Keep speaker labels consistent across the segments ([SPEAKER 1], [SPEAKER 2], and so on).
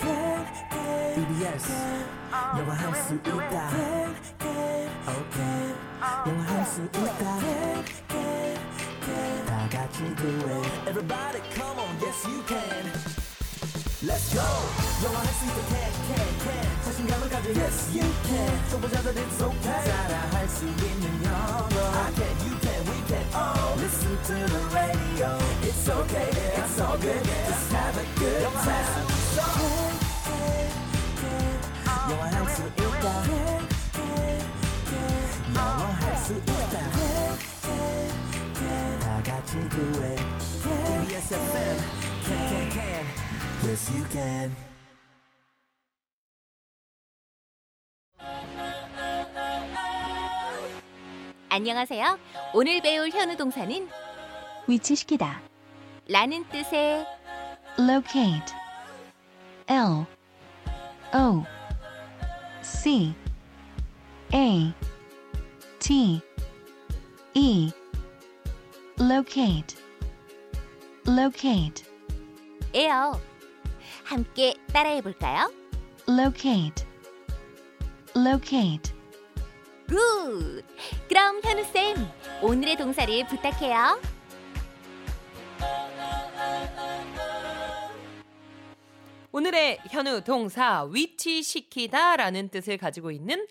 [SPEAKER 1] E EBS 영화 할 수 있다 오케이 영화 할 수 있다 다 같이 do it Everybody come on yes you can Let's go 영화 할 수 있다 can can can 자신감을 가져 yes you can 초보자들 it's okay 따라할 수 있는 영어 I can you can we can all listen to the radio It's okay it's all good just have a good time 영화 할 수 있다 영화 할수 있다 다 같이 do it KBS FM can can can Yes you can
[SPEAKER 2] 안녕하세요. 오늘 배울 현우 동사는
[SPEAKER 3] 위치시키다.
[SPEAKER 2] 라는 뜻의
[SPEAKER 3] locate L O C A T E locate locate
[SPEAKER 2] 에요. 함께 따라해 볼까요?
[SPEAKER 3] locate locate
[SPEAKER 2] 굿! 그럼 현우쌤, 오늘의 동사를 부탁해요.
[SPEAKER 4] 오늘의 현우 동사 위치시키다라는 뜻을 가지고 있는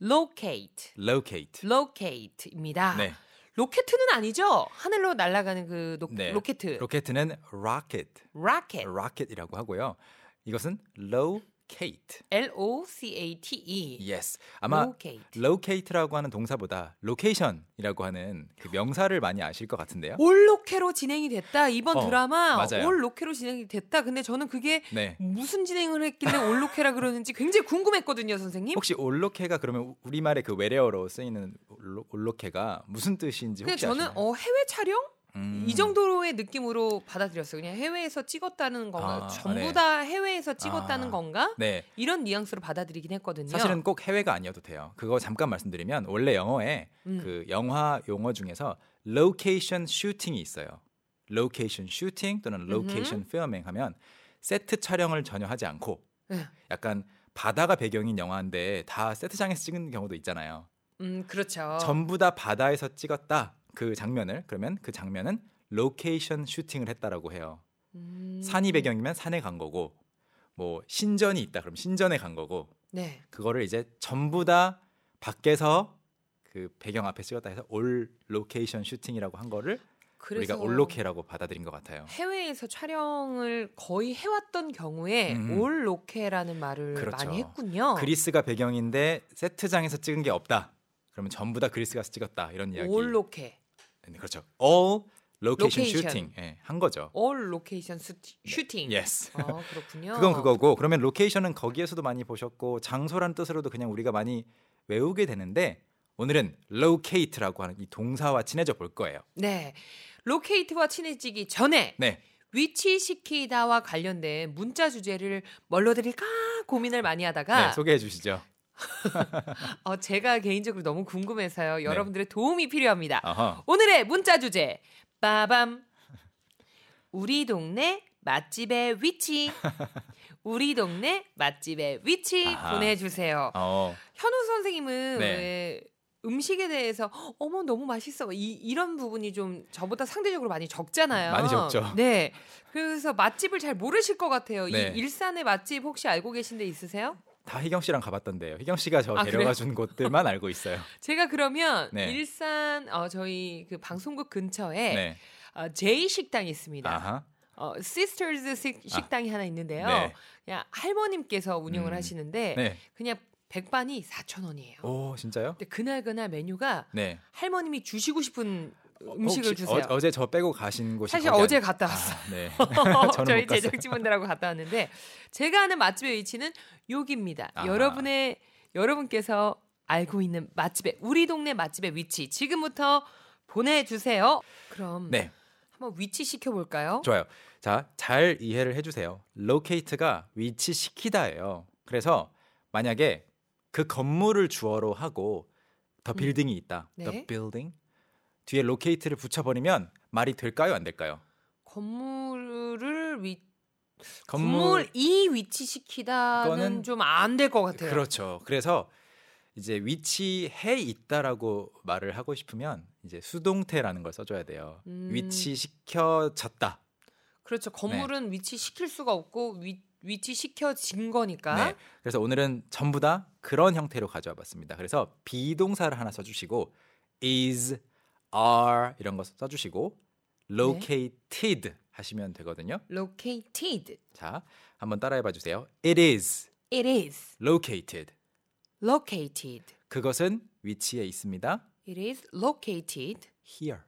[SPEAKER 4] locate,
[SPEAKER 5] locate.
[SPEAKER 4] locate입니다.
[SPEAKER 5] 네.
[SPEAKER 4] 로켓은 아니죠? 하늘로 날아가는 그 노-
[SPEAKER 5] 네.
[SPEAKER 4] 로켓,
[SPEAKER 5] 로켓은 rocket,
[SPEAKER 4] 로켓,
[SPEAKER 5] rocket이라고 하고요. 이것은 locate.
[SPEAKER 4] L O C A T E,
[SPEAKER 5] Yes. 아마
[SPEAKER 4] locate.
[SPEAKER 5] locate라고 하는 동사보다 location이라고 하는 그 명사를 많이 아실 것 같은데요.
[SPEAKER 4] 올 로케로 진행이 됐다. 이번
[SPEAKER 5] 어,
[SPEAKER 4] 드라마
[SPEAKER 5] 맞아요.
[SPEAKER 4] 올 로케로 진행이 됐다. 근데 저는 그게
[SPEAKER 5] 네.
[SPEAKER 4] 무슨 진행을 했길래 올 로케라 그러는지 굉장히 궁금했거든요, 선생님.
[SPEAKER 5] 혹시 올로케가 그러면 우리말의 그 외래어로 쓰이는 올로- 올로케가 무슨 뜻인지
[SPEAKER 4] 근데
[SPEAKER 5] 혹시
[SPEAKER 4] 저는
[SPEAKER 5] 아시나요?
[SPEAKER 4] 어 해외 촬영
[SPEAKER 5] 음.
[SPEAKER 4] 이 정도로의 느낌으로 받아들였어요. 그냥 해외에서 찍었다는 건가?
[SPEAKER 5] 아,
[SPEAKER 4] 전부
[SPEAKER 5] 네.
[SPEAKER 4] 다 해외에서 찍었다는
[SPEAKER 5] 아.
[SPEAKER 4] 건가?
[SPEAKER 5] 네.
[SPEAKER 4] 이런 뉘앙스로 받아들이긴 했거든요.
[SPEAKER 5] 사실은 꼭 해외가 아니어도 돼요. 그거 잠깐 말씀드리면 원래 영어에
[SPEAKER 4] 음.
[SPEAKER 5] 그 영화 용어 중에서 location shooting이 있어요. location shooting 또는 location filming 하면 세트 촬영을 전혀 하지 않고
[SPEAKER 4] 네.
[SPEAKER 5] 약간 바다가 배경인 영화인데 다 세트장에서 찍은 경우도 있잖아요.
[SPEAKER 4] 음, 그렇죠.
[SPEAKER 5] 전부 다 바다에서 찍었다 그 장면을 그러면 그 장면은 location shooting을 했다라고 해요.
[SPEAKER 4] 음,
[SPEAKER 5] 산이 배경이면 산에 간 거고 뭐 신전이 있다 그럼 신전에 간 거고
[SPEAKER 4] 네.
[SPEAKER 5] 그거를 이제 전부 다 밖에서 그 배경 앞에 찍었다 해서 올 로케이션 슈팅이라고 한 거를
[SPEAKER 4] 그래서
[SPEAKER 5] 우리가 올로케라고 받아들인 것 같아요.
[SPEAKER 4] 해외에서 촬영을 거의 해왔던 경우에
[SPEAKER 5] 음.
[SPEAKER 4] 올 로케라는 말을
[SPEAKER 5] 그렇죠.
[SPEAKER 4] 많이 했군요.
[SPEAKER 5] 그리스가 배경인데 세트장에서 찍은 게 없다. 그러면 전부 다 그리스 가서 찍었다 이런 이야기.
[SPEAKER 4] 올 로케,
[SPEAKER 5] 네, 그렇죠. all
[SPEAKER 4] Location.
[SPEAKER 5] location shooting 예, 한 거죠.
[SPEAKER 4] 올 로케이션 슈티- 슈팅.
[SPEAKER 5] Yes.
[SPEAKER 4] 어, 그렇군요.
[SPEAKER 5] 예. 그건 그거고 그러면 로케이션은 거기에서도 많이 보셨고 장소란 뜻으로도 그냥 우리가 많이 외우게 되는데 오늘은 locate라고 하는 이 동사와 친해져 볼 거예요.
[SPEAKER 4] 네. 로케이트와 친해지기 전에
[SPEAKER 5] 네.
[SPEAKER 4] 위치시키다와 관련된 문자 주제를 뭘로 드릴까 고민을 많이 하다가
[SPEAKER 5] 네, 소개해 주시죠.
[SPEAKER 4] 어, 제가 개인적으로 너무 궁금해서요. 여러분들의 도움이 필요합니다.
[SPEAKER 5] 네. 아하.
[SPEAKER 4] 오늘의 문자 주제 빠밤 우리 동네 맛집의 위치 우리 동네 맛집의 위치
[SPEAKER 5] 아하.
[SPEAKER 4] 보내주세요.
[SPEAKER 5] 어.
[SPEAKER 4] 현우 선생님은
[SPEAKER 5] 네.
[SPEAKER 4] 왜 음식에 대해서 어머 너무 맛있어 이, 이런 부분이 좀 저보다 상대적으로 많이 적잖아요.
[SPEAKER 5] 많이 적죠.
[SPEAKER 4] 네. 그래서 맛집을 잘 모르실 것 같아요.
[SPEAKER 5] 네.
[SPEAKER 4] 이 일산의 맛집 혹시 알고 계신 데 있으세요?
[SPEAKER 5] 다 희경 씨랑 가봤던데요. 희경 씨가 저
[SPEAKER 4] 아, 그래요?
[SPEAKER 5] 데려가 준 곳들만 알고 있어요.
[SPEAKER 4] 제가 그러면
[SPEAKER 5] 네.
[SPEAKER 4] 일산 어, 저희 그 방송국 근처에
[SPEAKER 5] 네.
[SPEAKER 4] 어, 제이 식당이 있습니다.
[SPEAKER 5] 아하. 아.
[SPEAKER 4] 어, 시스터즈 식, 식당이 하나 있는데요.
[SPEAKER 5] 네.
[SPEAKER 4] 그냥 할머님께서 운영을
[SPEAKER 5] 음.
[SPEAKER 4] 하시는데
[SPEAKER 5] 네.
[SPEAKER 4] 그냥 백반이 4,000원이에요.
[SPEAKER 5] 오, 진짜요?
[SPEAKER 4] 근데 그날 그날 메뉴가
[SPEAKER 5] 네.
[SPEAKER 4] 할머님이 주시고 싶은
[SPEAKER 5] 어,
[SPEAKER 4] 음식을
[SPEAKER 5] 혹시
[SPEAKER 4] 주세요.
[SPEAKER 5] 어, 제저 빼고 가신 곳이
[SPEAKER 4] 사실
[SPEAKER 5] 거기
[SPEAKER 4] 어제
[SPEAKER 5] 아니-
[SPEAKER 4] 갔다
[SPEAKER 5] 아,
[SPEAKER 4] 왔어요.
[SPEAKER 5] 네. 저는
[SPEAKER 4] 저희
[SPEAKER 5] 못 갔어요.
[SPEAKER 4] 제작진분들하고 갔다 왔는데 제가 아는 맛집의 위치는 여기입니다.
[SPEAKER 5] 아하.
[SPEAKER 4] 여러분의 여러분께서 알고 있는 맛집의 우리 동네 맛집의 위치 지금부터 보내주세요. 그럼
[SPEAKER 5] 네.
[SPEAKER 4] 한번 위치 시켜볼까요?
[SPEAKER 5] 좋아요. 자, 잘 이해를 해 주세요. locate가 위치시키다예요. 그래서 만약에 그 건물을 주어로 하고 더 빌딩이 있다.
[SPEAKER 4] 네.
[SPEAKER 5] the building 뒤에 locate를 붙여 버리면 말이 될까요, 안 될까요?
[SPEAKER 4] 건물을 위 건물 이 위치 시키다는
[SPEAKER 5] 거는-
[SPEAKER 4] 좀 안 될 것 같아요.
[SPEAKER 5] 그렇죠. 그래서 이제 위치해 있다라고 말을 하고 싶으면 이제 수동태라는 걸 써줘야 돼요.
[SPEAKER 4] 음.
[SPEAKER 5] 위치시켜졌다.
[SPEAKER 4] 그렇죠
[SPEAKER 5] 네.
[SPEAKER 4] 건물은 위치 시킬 수가 없고 위, 위치 시켜진 거니까.
[SPEAKER 5] 네. 그래서 오늘은 전부 다 그런 형태로 가져와 봤습니다. 그래서 비동사를 하나 써주시고 is, are 이런 거 써주시고 located
[SPEAKER 4] 네.
[SPEAKER 5] 하시면 되거든요.
[SPEAKER 4] Located.
[SPEAKER 5] 자, 한번 따라해봐 주세요. It is
[SPEAKER 4] It is
[SPEAKER 5] located.
[SPEAKER 4] located.
[SPEAKER 5] 그것은 위치에 있습니다.
[SPEAKER 4] It is located
[SPEAKER 5] Here.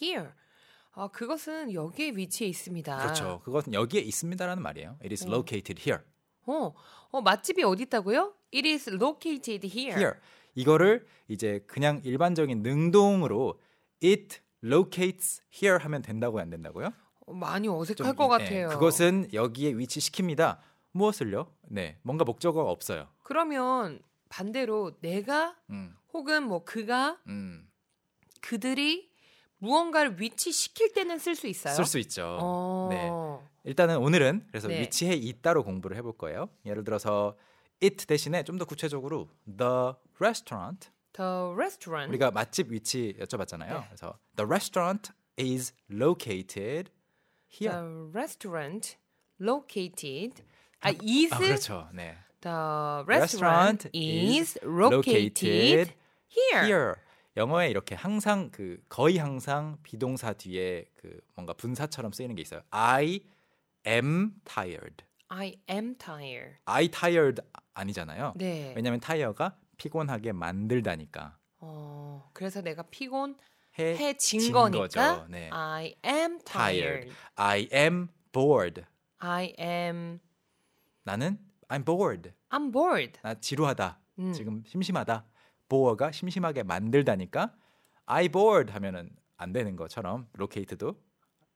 [SPEAKER 4] here. 아, 그것은 여기에 위치해 있습니다.
[SPEAKER 5] 그렇죠. 그것은 여기에 있습니다라는 말이에요. It is
[SPEAKER 4] 아. 네.
[SPEAKER 5] located here.
[SPEAKER 4] 어, 어 맛집이 어디 있다고요? It is located here.
[SPEAKER 5] here. 이거를 이제 그냥 일반적인 능동으로 it locates here 하면 된다고요, 안 된다고요?
[SPEAKER 4] 어, 많이
[SPEAKER 5] 좀,
[SPEAKER 4] 어색할 것
[SPEAKER 5] 예,
[SPEAKER 4] 같아요.
[SPEAKER 5] 그것은 여기에 위치시킵니다. 무엇을요? 네, 뭔가 목적어가 없어요.
[SPEAKER 4] 그러면 반대로 내가
[SPEAKER 5] 음,
[SPEAKER 4] 혹은 뭐 그가
[SPEAKER 5] 음,
[SPEAKER 4] 그들이 무언가를 위치시킬 때는 쓸 수 있어요.
[SPEAKER 5] 쓸 수 있죠.
[SPEAKER 4] 어.
[SPEAKER 5] 네, 일단은 오늘은 그래서
[SPEAKER 4] 네.
[SPEAKER 5] 위치해 있다로 공부를 해볼 거예요. 예를 들어서 it 대신에 좀 더 구체적으로 the restaurant
[SPEAKER 4] The restaurant.
[SPEAKER 5] 우리가 맛집 위치 여쭤봤잖아요.
[SPEAKER 4] 네.
[SPEAKER 5] 그래서 the restaurant is located here.
[SPEAKER 4] The restaurant located. 아, is
[SPEAKER 5] 아, 그렇죠. 네.
[SPEAKER 4] the restaurant,
[SPEAKER 5] Restaurant
[SPEAKER 4] is
[SPEAKER 5] is
[SPEAKER 4] located,
[SPEAKER 5] located
[SPEAKER 4] here.
[SPEAKER 5] here. 영어에 이렇게 항상 그 거의 항상 비동사 뒤에 그 뭔가 분사처럼 쓰이는 게 있어요. I am tired.
[SPEAKER 4] I am tired.
[SPEAKER 5] I tired 아니잖아요.
[SPEAKER 4] 네.
[SPEAKER 5] 왜냐면 tire가 피곤하게 만들다니까.
[SPEAKER 4] 어, 그래서 내가 피곤
[SPEAKER 5] 해-
[SPEAKER 4] 해진
[SPEAKER 5] 진
[SPEAKER 4] 거니까
[SPEAKER 5] 거죠. 네.
[SPEAKER 4] I am tired.
[SPEAKER 5] tired. I am bored.
[SPEAKER 4] I am
[SPEAKER 5] 나는 I'm bored.
[SPEAKER 4] I'm bored.
[SPEAKER 5] 나 지루하다.
[SPEAKER 4] 음.
[SPEAKER 5] 지금 심심하다. 보어가 심심하게 만들다니까 I bored 하면은 안 되는 것처럼 locate도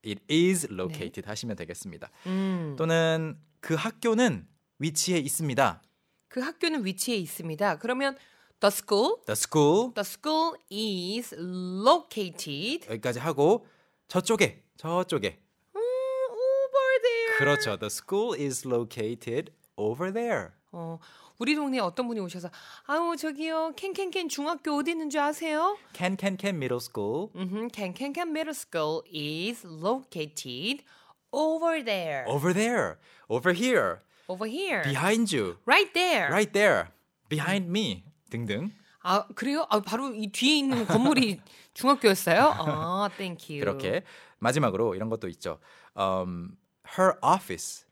[SPEAKER 5] it is located 하시면 되겠습니다.
[SPEAKER 4] 네. 음.
[SPEAKER 5] 또는 그 학교는 위치에 있습니다.
[SPEAKER 4] 그 학교는 위치에 있습니다. 그러면 the school
[SPEAKER 5] The school
[SPEAKER 4] the school is located 음,
[SPEAKER 5] 여기까지 하고 저쪽에 저쪽에
[SPEAKER 4] over there.
[SPEAKER 5] 그렇죠. The school is located over there.
[SPEAKER 4] 어, 우리 동네에 어떤 분이 오셔서 아우 저기요 캔캔캔 중학교 어디 있는 줄 아세요?
[SPEAKER 5] Can Can Can Middle School
[SPEAKER 4] 음, 캔캔캔 middle school is located over there.
[SPEAKER 5] over there, over here,
[SPEAKER 4] Over here.
[SPEAKER 5] behind you,
[SPEAKER 4] Right there.
[SPEAKER 5] right 음. there, behind me 등등.
[SPEAKER 4] 아 그래요? 아 바로 이 뒤에 있는 건물이 중학교였어요? 아, thank you.
[SPEAKER 5] 이렇게 마지막으로 이런 것도 있죠. Um, her office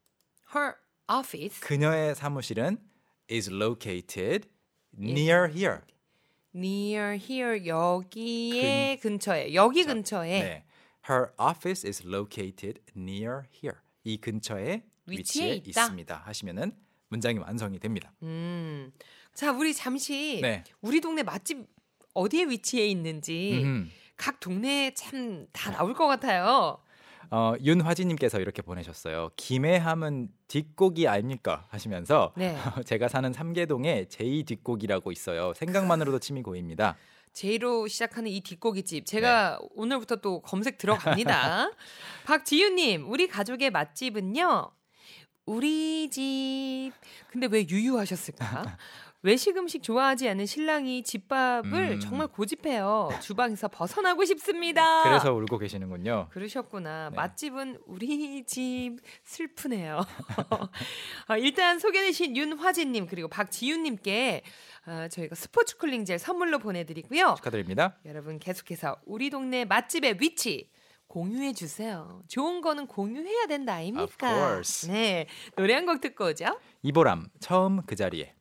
[SPEAKER 4] her office
[SPEAKER 5] 그녀의 사무실은 is located near here.
[SPEAKER 4] near here 여기에 근처에 여기 근처에
[SPEAKER 5] 네. Her office is located near here. 이 근처에
[SPEAKER 4] 위치에
[SPEAKER 5] 위치에,
[SPEAKER 4] 있다.
[SPEAKER 5] 있습니다. 하시면은 문장이 완성이 됩니다.
[SPEAKER 4] 음. 자, 우리 잠시
[SPEAKER 5] 네.
[SPEAKER 4] 우리 동네 맛집 어디에 위치해 있는지
[SPEAKER 5] 음.
[SPEAKER 4] 각 동네에 참 다 나올 것 같아요.
[SPEAKER 5] 어, 윤화진님께서 이렇게 보내셨어요. 김해함은 뒷고기 아닙니까? 하시면서
[SPEAKER 4] 네.
[SPEAKER 5] 제가 사는 삼계동에 제2 뒷고기라고 있어요. 생각만으로도 침이 고입니다.
[SPEAKER 4] 제이로 시작하는 이 뒷고기집 제가
[SPEAKER 5] 네.
[SPEAKER 4] 오늘부터 또 검색 들어갑니다. 박지윤님 우리 가족의 맛집은요 우리 집 근데 왜 유유하셨을까? 외식 음식 좋아하지 않은 신랑이 집밥을
[SPEAKER 5] 음.
[SPEAKER 4] 정말 고집해요. 주방에서 벗어나고 싶습니다.
[SPEAKER 5] 네, 그래서 네. 울고 계시는군요.
[SPEAKER 4] 그러셨구나. 맛집은 우리 집 슬프네요. 아, 일단 소개되신 윤화진님 그리고 박지윤님께 아, 저희가 스포츠 쿨링 젤 선물로 보내드리고요.
[SPEAKER 5] 축하드립니다.
[SPEAKER 4] 여러분 계속해서 우리 동네 맛집의 위치 공유해 주세요. 좋은 거는 공유해야 된다 아닙니까?
[SPEAKER 5] Of course.
[SPEAKER 4] 네 노래 한 곡 듣고 오죠.
[SPEAKER 5] 이보람 처음 그 자리에